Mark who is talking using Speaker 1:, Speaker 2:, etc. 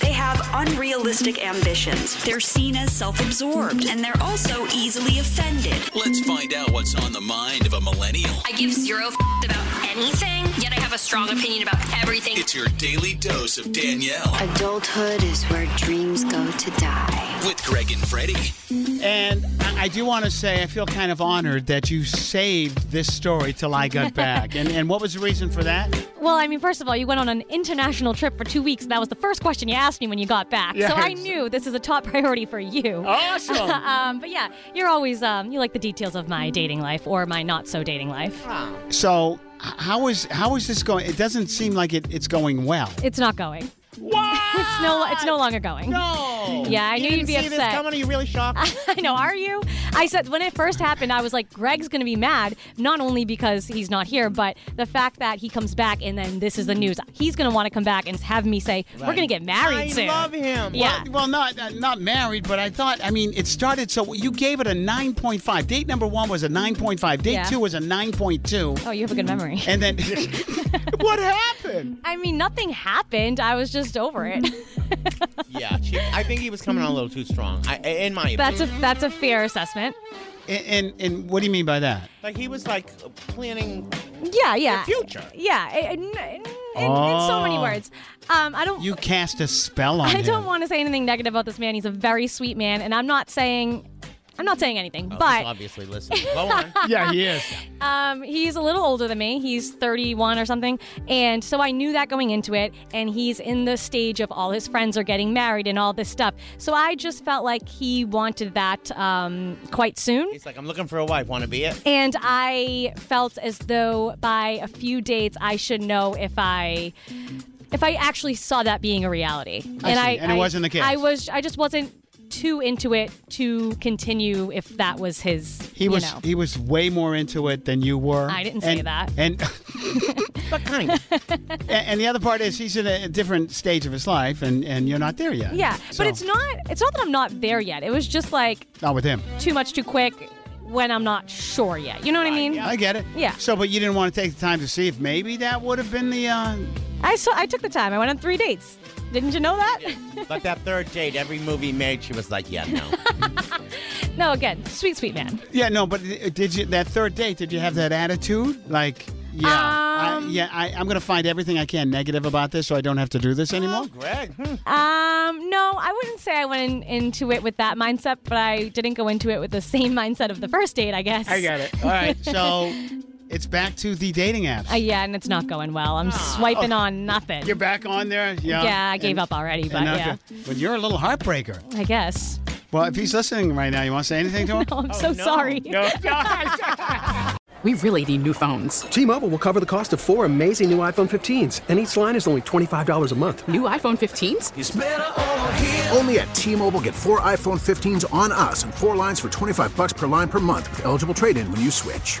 Speaker 1: They have unrealistic ambitions. They're seen as self absorbed, and they're also easily offended.
Speaker 2: Let's find out what's on the mind of a millennial.
Speaker 3: I give zero f- about anything, yet I have a strong opinion about everything.
Speaker 2: It's your daily dose of Danielle
Speaker 4: Adulthood is where dreams go to die.
Speaker 2: with Greg and Freddie.
Speaker 5: And I I do want to say I feel kind of honored that you saved this story till I got back. And and what was the reason for that?
Speaker 6: Well, I mean, first of all, you went on an international trip for two weeks, and that was the first question you asked me when you got back. So I
Speaker 5: Yes.
Speaker 6: knew this is a top priority for you.
Speaker 7: Oh.
Speaker 5: Awesome.
Speaker 6: Um, but yeah, you're always um, you like the details of my dating life or my not so dating life.
Speaker 7: Ah.
Speaker 5: so h- how is how is this going? It doesn't seem like it, it's going well.
Speaker 6: It's not going.
Speaker 5: What?
Speaker 6: It's
Speaker 7: Ah.
Speaker 6: no, it's no longer going.
Speaker 5: No.
Speaker 6: Yeah, I knew
Speaker 5: you
Speaker 6: you'd be
Speaker 5: didn't see this
Speaker 6: upset.
Speaker 5: coming. Are you really shocked?
Speaker 6: I know. Are you? I said when it first happened, I was like, Greg's gonna be mad, not only because he's not here, but the fact that he comes back and then this is the news. He's gonna want to come back and have me say, "We're gonna get married
Speaker 7: I
Speaker 6: soon."
Speaker 7: love him.
Speaker 6: Yeah.
Speaker 5: Well, well, not uh, not married, but I thought. I mean, it started. So you gave it a nine point five. Date number one was a nine point five. Date
Speaker 6: Yeah.
Speaker 5: two was a nine point two.
Speaker 6: Oh, you have a good memory.
Speaker 5: And then what happened?
Speaker 6: I mean, nothing happened. I was just over it.
Speaker 7: Mm-hmm. Yeah, she, I think he was coming on a little too strong. I, in my
Speaker 6: that's
Speaker 7: opinion,
Speaker 6: a that's a fair assessment.
Speaker 5: And, and and what do you mean by that?
Speaker 7: like he was like planning uh,
Speaker 6: Yeah, yeah,
Speaker 7: the future.
Speaker 6: yeah. In, in, in, in so many
Speaker 5: Oh.
Speaker 6: words, um, I don't.
Speaker 5: You cast a spell on
Speaker 6: I
Speaker 5: him.
Speaker 6: don't want to say anything negative about this man. He's a very sweet man, and I'm not saying, I'm not saying anything.
Speaker 7: Oh, he's
Speaker 6: but
Speaker 7: obviously, listen. Go on.
Speaker 5: Yeah, he is.
Speaker 6: um, he's a little older than me. He's 31 or something, and so I knew that going into it. And he's in the stage of all his friends are getting married and all this stuff. So I just felt like he wanted that um, quite soon.
Speaker 7: He's like, I'm looking for a wife. Want to be it?
Speaker 6: And I felt as though by a few dates I should know if I if I actually saw that being a reality.
Speaker 5: I see. And it wasn't the case.
Speaker 6: I was I just wasn't too into it to continue if that was his
Speaker 5: He
Speaker 6: you
Speaker 5: was
Speaker 6: know.
Speaker 5: he was way more into it than you were.
Speaker 6: I didn't say
Speaker 5: And-
Speaker 6: that.
Speaker 5: And
Speaker 7: But kind of.
Speaker 5: and the other part is he's in a different stage of his life, and and you're not there yet.
Speaker 6: yeah,
Speaker 5: So,
Speaker 6: but it's not it's not that I'm not there yet. It was just like
Speaker 5: not with him.
Speaker 6: too much too quick when I'm not sure yet. You know what I mean?
Speaker 5: I get it.
Speaker 6: Yeah.
Speaker 5: So, but you didn't want to take the time to see if maybe that would have been the. Uh,
Speaker 6: I saw I took the time. I went on 3 dates. Didn't you know that?
Speaker 7: But that third date, every movie made, she was like, yeah, no.
Speaker 6: no, again, sweet sweet man.
Speaker 5: yeah, no, but did you that third date? Did you have that attitude like? Yeah, I,
Speaker 6: Um,
Speaker 5: yeah. I, I'm gonna find everything I can negative about this, so I don't have to do this anymore.
Speaker 7: Greg. hmm.
Speaker 6: Um, no, I wouldn't say I went in, into it with that mindset, but I didn't go into it with the same mindset of the first date, I guess.
Speaker 5: it. All right, so it's back to the dating apps.
Speaker 6: Uh, yeah, and it's not going well. I'm swiping on nothing.
Speaker 5: You're back on there. Yeah.
Speaker 6: yeah, I gave
Speaker 5: And-
Speaker 6: up already,
Speaker 5: and
Speaker 6: but
Speaker 5: not
Speaker 6: yeah,
Speaker 5: good. But you're a little heartbreaker.
Speaker 6: I guess.
Speaker 5: Well, if he's listening right now, you want to say anything to him?
Speaker 6: Oh, I'm so
Speaker 7: no.
Speaker 6: sorry.
Speaker 8: We really need new phones.
Speaker 9: T-Mobile will cover the cost of four amazing new iPhone 15s, and each line is only $25 a month.
Speaker 8: New iPhone 15s?
Speaker 2: It's better over here.
Speaker 10: Only at T-Mobile get four iPhone 15s on us and four lines for 25 bucks per line per month with eligible trade-in when you switch.